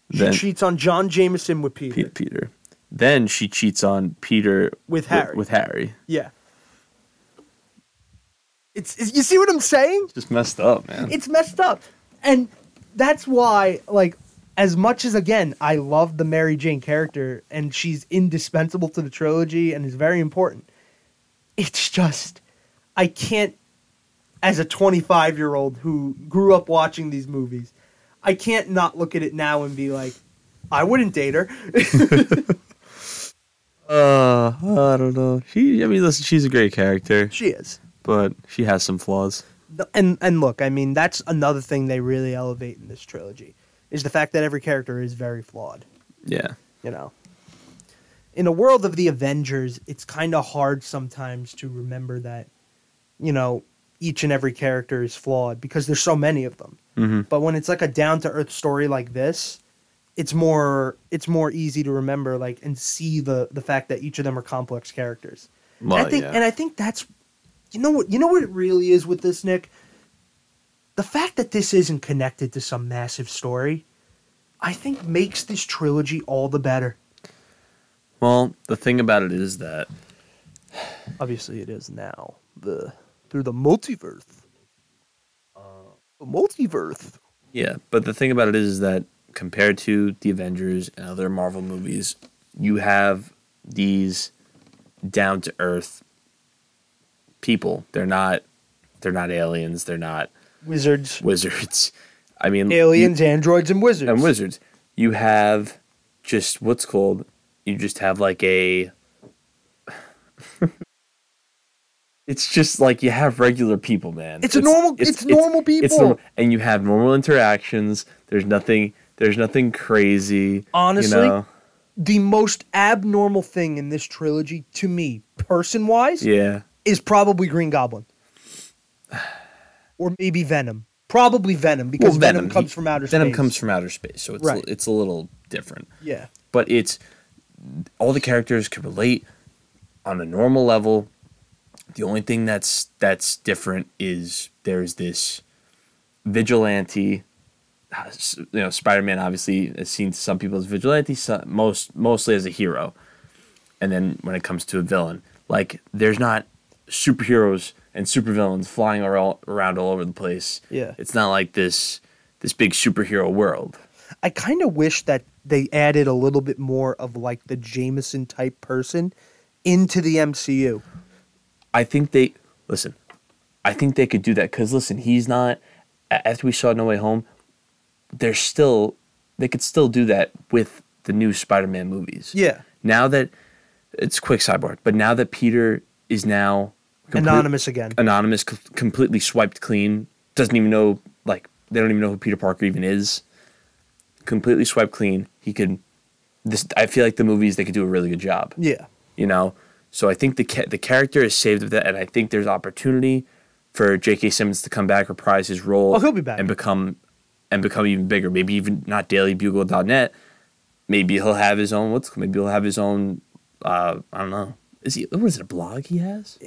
B: Then
A: she cheats on John Jameson with Peter.
B: Pe- Peter. Then she cheats on Peter
A: With Harry.
B: With, Harry.
A: Yeah. It's, it's you see what I'm saying?
B: Just messed up, man.
A: it's messed up. And that's why, like, as much as again, I love the Mary Jane character and she's indispensable to the trilogy and is very important. It's just I can't as a 25 year old who grew up watching these movies, I can't not look at it now and be like, I wouldn't date her.
B: uh, I don't know. She. I mean, listen, she's a great character,
A: she is.
B: but she has some flaws.
A: And and look, I mean, that's another thing they really elevate in this trilogy is the fact that every character is very flawed.
B: Yeah.
A: you know. In a world of the Avengers, it's kind of hard sometimes to remember that, you know, each and every character is flawed because there's so many of them.
B: Mm-hmm.
A: But when it's like a down to earth story like this, it's more it's more easy to remember like and see the the fact that each of them are complex characters.
B: Well,
A: I think
B: yeah.
A: and I think that's you know what you know what it really is with this Nick the fact that this isn't connected to some massive story I think makes this trilogy all the better.
B: well, the thing about it is that
A: obviously it is now the through the multiverse
B: Uh.
A: the multiverse
B: Yeah, but the thing about it is, is that compared to the Avengers and other Marvel movies, you have these down to earth people. They're not they're not aliens, they're not
A: wizards
B: wizards. I mean
A: aliens androids and wizards
B: and wizards. You have just what's called you just have like a *laughs* It's just like you have regular people, man.
A: It's a normal- it's normal people.
B: and you have normal interactions. There's nothing there's nothing crazy.
A: Honestly,
B: you know?
A: the most abnormal thing in this trilogy to me person wise
B: yeah.
A: is probably green goblin *sighs* or maybe venom probably venom because venom, comes
B: he-
A: from outer
B: Venom
A: space
B: comes from outer space, so it's
A: Right.
B: it's a little different.
A: yeah
B: but it's all the characters can relate on a normal level. The only thing that's that's different is there's this vigilante. uh, s- You know, Spider-Man obviously is seen to some people as vigilante, so- most mostly as a hero. And then when it comes to a villain, like there's not superheroes and supervillains flying ar- around all over the place.
A: Yeah.
B: it's not like this this big superhero world.
A: I kind of wish that they added a little bit more of like the Jameson type person into the MCU.
B: I think they listen. I think they could do that because listen, he's not. a- After we saw No Way Home, they're still they could still do that with the new Spider-Man movies.
A: Yeah.
B: Now that it's quick sidebar, but now that Peter is now complete-
A: Anonymous again.
B: anonymous, c- completely swiped clean, doesn't even know like they don't even know who Peter Parker even is. Completely swiped clean. He could. This I feel like the movies they could do a really good job
A: Yeah.
B: you know. So I think the ca- the character is saved with that, and I think there's opportunity for J.K. Simmons to come back, reprise his role.
A: Oh, he'll be back.
B: and become and become even bigger. Maybe even not DailyBugle.net. Maybe he'll have his own. What's maybe he'll have his own. Uh, I don't know. Is he? What is it? A blog he has?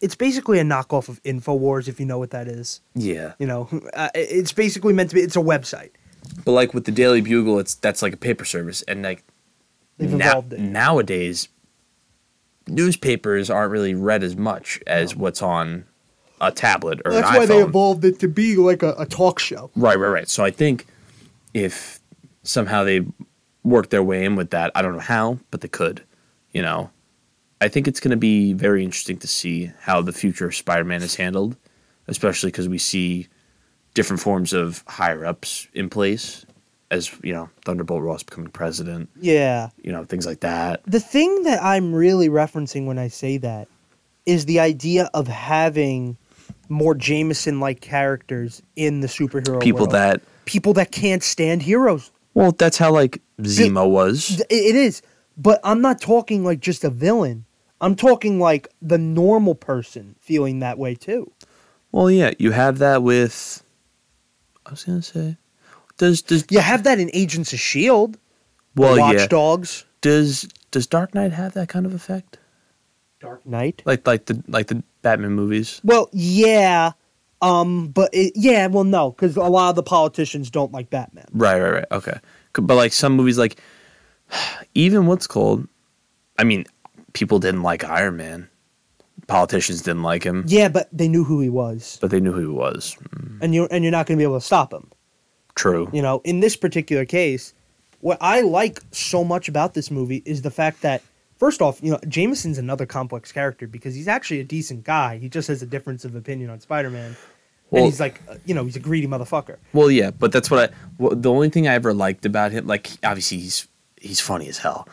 A: It's basically a knockoff of InfoWars if you know what that is.
B: Yeah.
A: You know, *laughs* uh, it- it's basically meant to be it's a website.
B: But like with the Daily Bugle, it's that's like a paper service, and like
A: They've
B: now-
A: evolved it.
B: nowadays, newspapers aren't really read as much as what's on a tablet or an iPhone.
A: evolved it to be like a, a talk show.
B: Right, right, right. So I think if somehow they worked their way in with that. I don't know how, but they could. You know, I think it's going to be very interesting to see how the future of Spider-Man is handled, especially because we see different forms of higher ups in place, as you know, Thunderbolt Ross becoming president,
A: Yeah.
B: you know, things like that.
A: The thing that I'm really referencing when I say that is the idea of having more Jameson like characters in the superhero
B: People
A: world.
B: that
A: people that can't stand heroes.
B: well, that's how like Zemo was.
A: Th- It it is, but I'm not talking like just a villain. I'm talking like the normal person feeling that way too.
B: Well, yeah, you have that with. I was gonna say, does does
A: You have that in Agents of Shield,
B: well yeah
A: E Watchdogs,
B: does does Dark Knight have that kind of effect?
A: Dark Knight.
B: Like like the like the Batman movies.
A: Well, yeah, um, but it, yeah, well, no, because a lot of the politicians don't like Batman.
B: Right, right, right. Okay, C- but like some movies, like *sighs* even what's called. I mean, people didn't like Iron Man. Politicians didn't like him,
A: Yeah, but they knew who he was.
B: but they knew who he was.
A: and you're and you're not going to be able to stop him.
B: True.
A: You know, in this particular case, what I like so much about this movie is the fact that first off, you know, Jameson's another complex character because he's actually a decent guy. He just has a difference of opinion on Spider-Man,
B: Well-
A: and he's like, uh, you know, he's a greedy motherfucker.
B: Well, yeah, but that's what I. Well, the only thing I ever liked about him, like obviously he's he's funny as hell,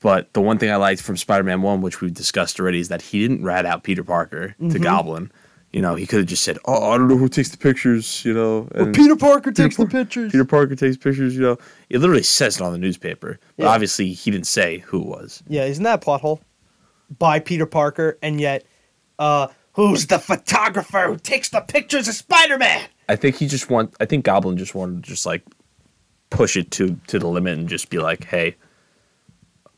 B: but the one thing I liked from Spider-Man One, which we've discussed already, is that he didn't rat out Peter Parker
A: Mm-hmm.
B: to Goblin. You know, he could have just said, "Oh, I don't know who takes the pictures," you know, and
A: Peter Parker takes
B: Par-
A: the pictures.
B: Peter Parker takes pictures. You know, it literally says it on the newspaper, but
A: Yeah.
B: obviously he didn't say who it was.
A: yeah, isn't that a pothole by Peter Parker? And yet, uh, who's the photographer who takes the pictures of Spider-Man?
B: I think he just want. I think Goblin just wanted to just like push it to to the limit and just be like, "Hey,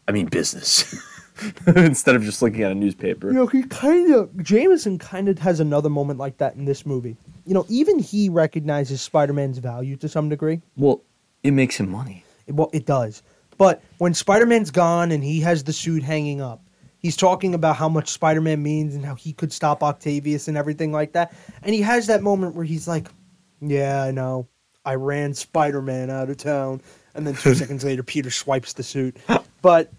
B: I mean business," *laughs* instead of just looking at a newspaper.
A: You know, he kind of Jameson kind of has another moment like that in this movie. You know, even he recognizes Spider-Man's value to some degree.
B: Well, it makes him money.
A: It, well, it does. But when Spider-Man's gone and he has the suit hanging up, he's talking about how much Spider-Man means and how he could stop Octavius and everything like that. And he has that moment where he's like, "Yeah, I know. I ran Spider-Man out of town." And then 2 seconds later Peter swipes the suit. But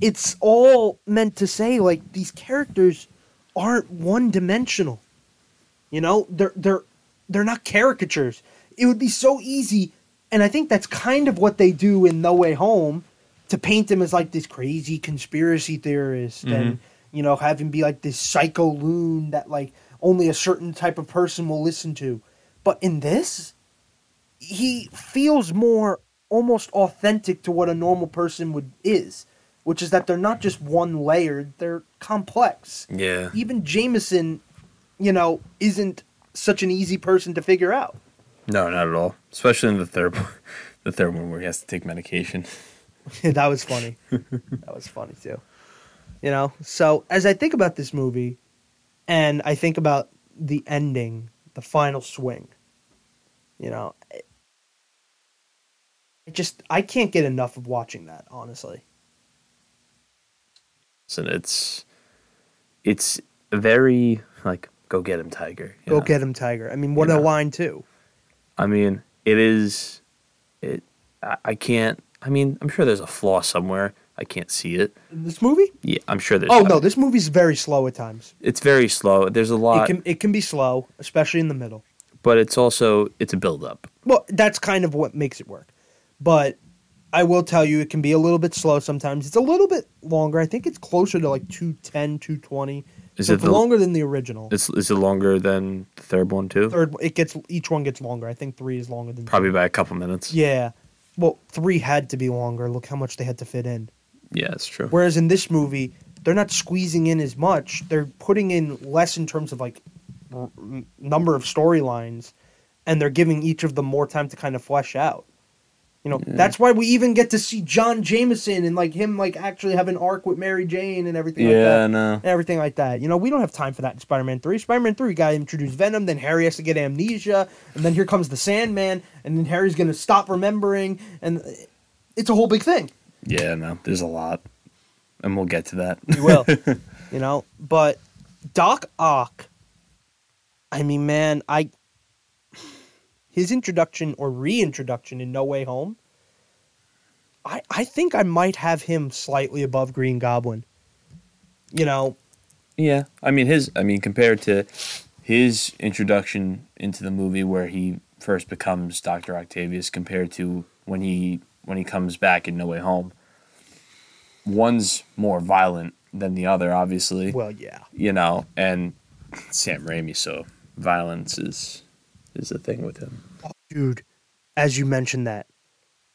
A: it's all meant to say like these characters aren't one dimensional. You know, they're they're they're not caricatures. It would be so easy, and I think that's kind of what they do in No Way Home, to paint him as like this crazy conspiracy theorist, and you know, have him be like this psycho loon that like only a certain type of person will listen to. But in this, he feels more almost authentic to what a normal person would is, which is that they're not just one layered; they're complex
B: Yeah.
A: even Jameson, you know, isn't such an easy person to figure out. *laughs*
B: No, not at all. Especially in the third, one- *laughs* the third one where he has to take medication.
A: that was
B: *laughs*
A: funny. that was funny too. You know, so as I think about this movie and I think about the ending, the final swing, you know, it, it just I can't get enough of watching that, honestly.
B: So it's, it's very like go get him, Tiger. you
A: Go
B: know?
A: get him, Tiger. I mean, what a
B: Yeah.
A: line too.
B: I mean, it is. It. I, I can't. I mean, I'm sure there's a flaw somewhere. I can't see it.
A: In this movie?
B: Yeah, I'm sure there's.
A: Oh no, this movie's very slow at times.
B: it's very slow. There's a
A: It
B: lot,
A: can it can be slow, especially in the middle.
B: but it's also it's a build up.
A: Well, that's kind of what makes it work. But I will tell you, it can be a little bit slow sometimes. It's a little bit longer. I think it's closer to like 210, 220.
B: Is
A: so
B: it
A: it's
B: the-
A: longer than the original.
B: It's is it longer than the third one too?
A: Third, it gets each one gets longer. I think three is longer than
B: Probably by a couple minutes.
A: Yeah. Well, three had to be longer. Look how much they had to fit in.
B: yeah, it's true.
A: Whereas in this movie, they're not squeezing in as much. They're putting in less in terms of like r- m- number of storylines, and they're giving each of them more time to kind of flesh out. You know, that's why we even get to see John Jameson and like him like actually have an arc with Mary Jane and everything like that.
B: no.
A: And everything like that. You know, we don't have time for that in Spider Man 3. Spider Man 3, we got to introduce Venom, then Harry has to get amnesia, and then here comes the Sandman, and then Harry's going to stop remembering, and uh, it's a whole big thing.
B: Yeah, no. There's a lot, and we'll get to that.
A: You will. you know, but Doc Ock, I mean, man, I his introduction or reintroduction in No Way Home, I I think I might have him slightly above Green Goblin. You know,
B: *laughs* Yeah, I mean his. I mean compared to his introduction into the movie where he first becomes Doctor Octavius, compared to when he when he comes back in No Way Home. One's more violent than the other, obviously.
A: well, yeah.
B: you know, and Sam Raimi. So violence is is a thing with him.
A: dude, as you mentioned that,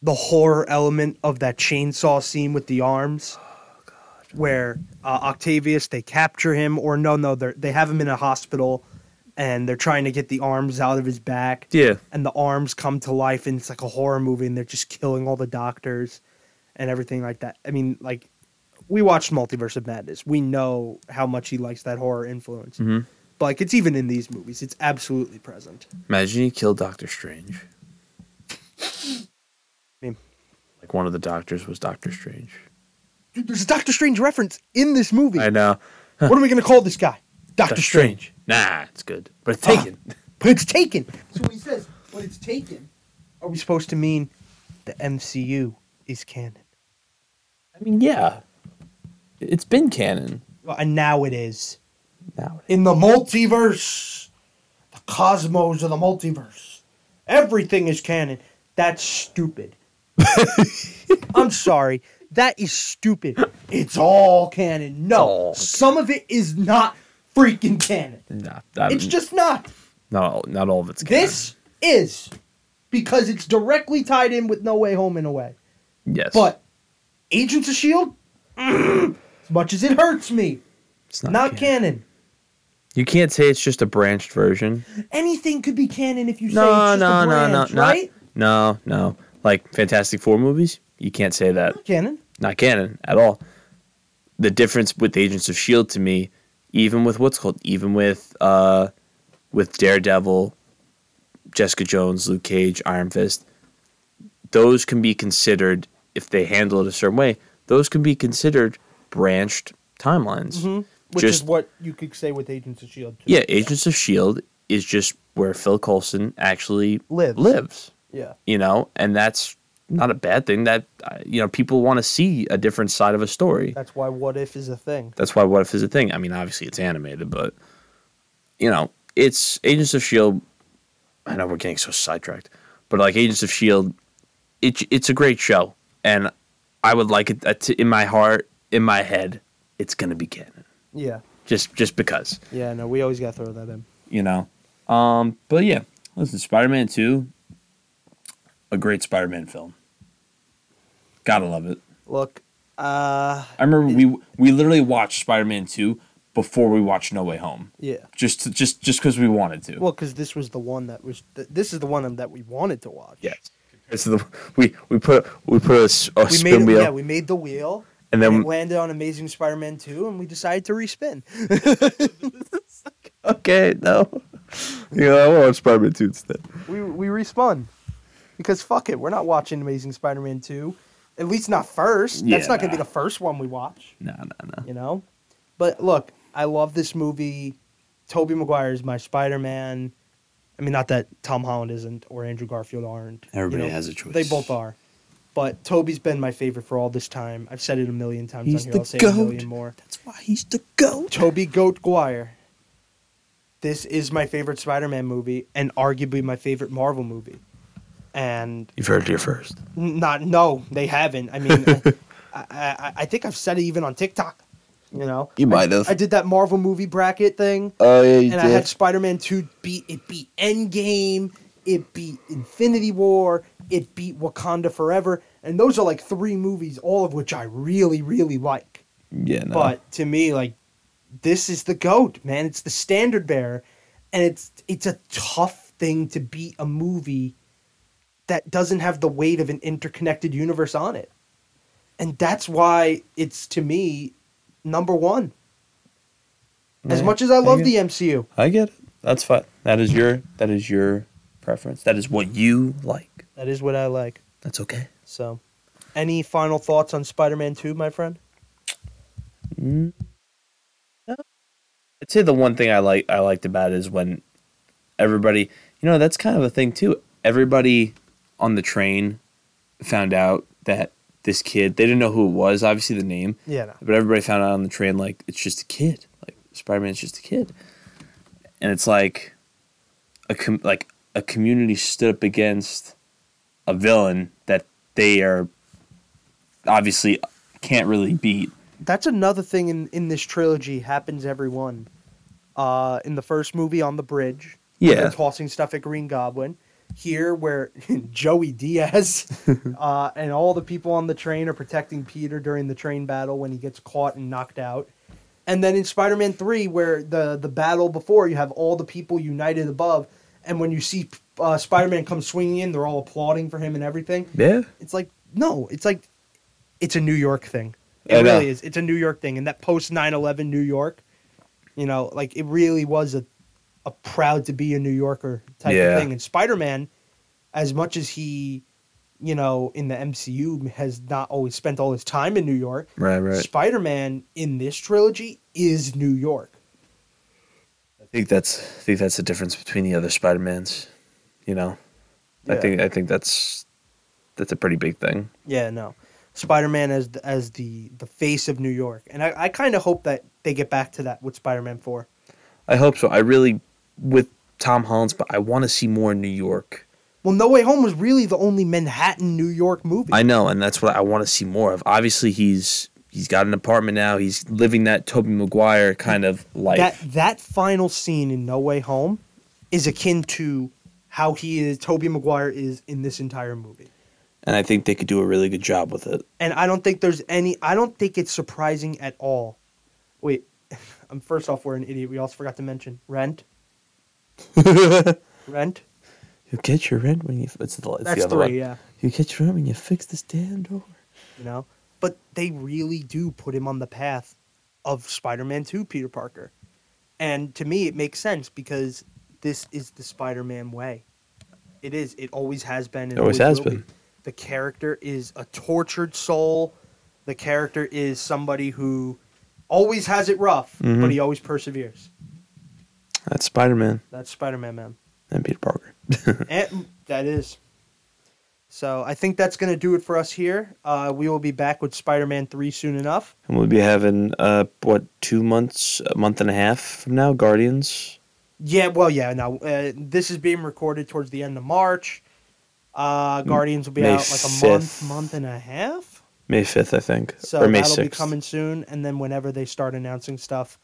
A: the horror element of that chainsaw scene with the arms, where uh, Octavius they capture him, or no, no, they they have him in a hospital, and they're trying to get the arms out of his back,
B: Yeah,
A: and the arms come to life, and it's like a horror movie, and they're just killing all the doctors, and everything like that. I mean, like. We watched Multiverse of Madness. We know how much he likes that horror influence. But like, it's even in these movies. It's absolutely present.
B: imagine you kill Doctor Strange.
A: mean-
B: Like one of the doctors was Doctor Strange.
A: Dude, there's a Doctor Strange reference in this movie.
B: I know.
A: What are we gonna call this guy? Doctor, Strange. Ah.
B: Nah, it's good, but it's taken.
A: But it's taken. So when he says, "But it's taken," are we supposed to mean the MCU is canon?
B: *laughs* I mean, yeah, it's been canon
A: Well, And now it is
B: now.
A: in the multiverse, the cosmos of the multiverse. Everything is canon. That's
B: *laughs*
A: stupid. I'm sorry. That is stupid. It's all canon. No,
B: all
A: some of it is not freaking canon.
B: Nah, that,
A: It's just not.
B: not all, not all of it's canon.
A: This is because it's directly tied in with No Way Home in a way.
B: yes,
A: But Agents of S.H.I.E.L.D., E as much as it hurts me,
B: it's
A: not,
B: canon.
A: canon.
B: You can't say it's just a branched version.
A: Anything could be canon if you say
B: No,
A: it's just
B: no,
A: a
B: no, no,
A: branch, right?
B: not no, no. Like Fantastic Four movies, you can't say that.
A: Not canon.
B: not canon at all. The difference with Agents of Shield E to me, even with what's called, even with uh, with Daredevil, Jessica Jones, Luke Cage, Iron Fist, those can be considered if they handle it a certain way. Those can be considered branched timelines.
A: Mm-hmm. Which
B: just
A: is what you could say with Agents of S.H.I.E.L.D. E too.
B: yeah, Agents of Shield E is just where Phil Coulson actually
A: Lives.
B: lives
A: Yeah.
B: you know, and that's not a bad thing. That uh, you know, people want to see a different side of a story.
A: That's why What If is a thing.
B: That's why What If is a thing. I mean, obviously it's animated, but you know, it's Agents of Shield. E I know we're getting so sidetracked, but like Agents of Shield, it E it's a great show, and I would like it uh, to, in my heart, in my head, it's gonna be canon.
A: Yeah.
B: Just just because
A: Yeah, no, we always got to throw that in.
B: you know. Um, but yeah, listen, Spider Man Two, a great Spider Man film. Gotta love it.
A: Look, uh,
B: I remember we we literally watched Spider Man Two before we watched No Way Home,
A: yeah.
B: just to, just just because we wanted to.
A: Well, because this was the one that was, th- this is the one that we wanted to watch.
B: yes. This is the, we we put we put a, s- a
A: we
B: spin
A: made
B: wheel.
A: yeah we made the wheel and
B: And then-
A: then it landed on Amazing Spider-Man two and we decided to respin.
B: okay, no. You know, I want to watch Spider Man Two instead.
A: *laughs* we we respun because fuck it, we're not watching Amazing Spider-Man two, at least not first. That's not gonna be
B: Yeah.
A: the first one we watch,
B: No, no, no.
A: you know. But look, I love this movie. Toby Maguire is my Spider-Man. I mean, not that Tom Holland isn't or Andrew Garfield aren't. you
B: Everybody
A: know,
B: has a choice.
A: They both are. But Toby's been my favorite for all this time. I've said it a million times
B: He's
A: on
B: the
A: here. I'll say it
B: goat.
A: a million more.
B: That's why he's the goat.
A: Toby Goat Guire. This is my favorite Spider-Man movie and arguably my favorite Marvel movie. And
B: You've heard it here first.
A: n- not no, they haven't. I
B: *laughs*
A: mean, I, I, I, I think I've said it even on TikTok. You know,
B: You might have.
A: I, I did that Marvel movie bracket thing,
B: Oh yeah, you
A: and I had Spider-Man Two beat it beat Endgame, it beat Infinity War, it beat Wakanda Forever, and those are like three movies, all of which I really really like.
B: yeah, no.
A: But to me, like this is the goat, man. It's the standard bearer, and it's it's a tough thing to beat a movie that doesn't have the weight of an interconnected universe on it, and that's why it's to me number one. As
B: Yeah,
A: much as I
B: I
A: love
B: get-
A: the MCU,
B: I get it. That's fine. That is your that is your preference. That is what you like.
A: that is what I like.
B: That's okay.
A: So, any final thoughts on Spider-Man Two, my friend?
B: I'd say the one thing I like I liked about it is when everybody you know, that's kind of a thing too. everybody on the train found out that this kid they didn't know who it was, obviously the name,
A: Yeah, no.
B: but everybody found out on the train like it's just a kid. Like Spider Man's just a kid, and it's like a com- like a community stood up against a villain that they are obviously can't really beat.
A: That's another thing in, in this trilogy happens every one. Uh, in the first movie on the bridge, where
B: Yeah.
A: they're tossing stuff at Green Goblin. Here, where *laughs* Joey Diaz uh, and all the people on the train are protecting Peter during the train battle when he gets caught and knocked out. And then in Spider Man 3, where the, the battle before, you have all the people united above. And when you see uh, Spider Man come swinging in, they're all applauding for him and everything.
B: Yeah,
A: It's like no, it's like it's a New York thing. It
B: I know.
A: really is. It's a New York thing, and that post 9-11 New York, you know, like it really was a a proud to be a New Yorker type
B: Yeah.
A: of thing. And Spider Man, as much as he, you know, in the MCU has not always spent all his time in New York,
B: right, right.
A: Spider Man in this trilogy is New York.
B: I think that's I think that's the difference between the other Spider Mans. You know, I
A: Yeah.
B: think I think that's that's a pretty big thing.
A: Yeah, no. Spider-Man as the, as the the face of New York, and I, I kind of hope that they get back to that with Spider-Man Four.
B: I hope so. I really with Tom Holland's, but I want to see more New York.
A: Well, No Way Home was really the only Manhattan, New York movie.
B: I know, and that's what I want to see more of. Obviously, he's he's got an apartment now. He's living that Toby Maguire kind of life.
A: that that final scene in No Way Home is akin to how he is Toby Maguire is in this entire movie.
B: and I think they could do a really good job with it.
A: And I don't think there's any I don't think it's surprising at all. Wait, *laughs* I'm first off we're an idiot. We also forgot to mention
B: *laughs*
A: Rent. Rent.
B: You get your rent when you. It's the, it's
A: That's
B: the other
A: three,
B: one.
A: yeah.
B: You get your rent when you fix this damn door.
A: You know? But they really do put him on the path of Spider Man two Peter Parker. And to me it makes sense because this is the Spider Man way. It is. It always has been and
B: It always has
A: will
B: been.
A: The character is a tortured soul. The character is somebody who always has it rough,
B: Mhm.
A: but he always perseveres.
B: That's Spider Man
A: That's Spider Man
B: *laughs*
A: man.
B: and Peter Parker.
A: And that is. So I think that's going to do it for us here. Uh, we will be back with Spider Man 3 soon enough.
B: And we'll be having uh what two months, a month and a half from now, Guardians.
A: Yeah, well, yeah. Now, uh, this is being recorded towards the end of March. Uh, Guardians will be
B: May
A: out like a
B: 5th.
A: month, month and a half.
B: May fifth, I think,
A: So
B: or May
A: that'll be
B: sixth.
A: coming soon. And then whenever they start announcing stuff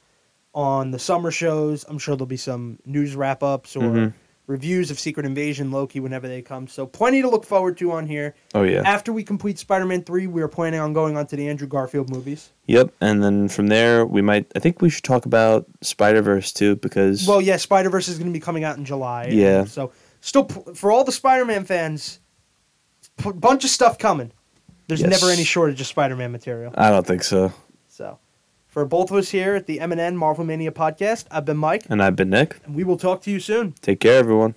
A: on the summer shows, I'm sure there'll be some news wrap ups or
B: Mhm.
A: reviews of Secret Invasion, Loki, whenever they come. So plenty to look forward to on here.
B: Oh yeah.
A: After we complete Spider Man 3, we are planning on going on to the Andrew Garfield movies.
B: Yep. And then from there, we might. I think we should talk about Spider Verse too, because
A: Well, yeah, Spider Verse is going to be coming out in July.
B: Yeah.
A: So still, p- for all the Spider Man fans, a bunch of stuff coming. There's
B: Yes.
A: never any shortage of Spider Man material.
B: I don't think so.
A: So. For both of us here at the M&N Marvel Mania podcast, I've been Mike.
B: And I've been Nick.
A: and we will talk to you soon.
B: Take care, everyone.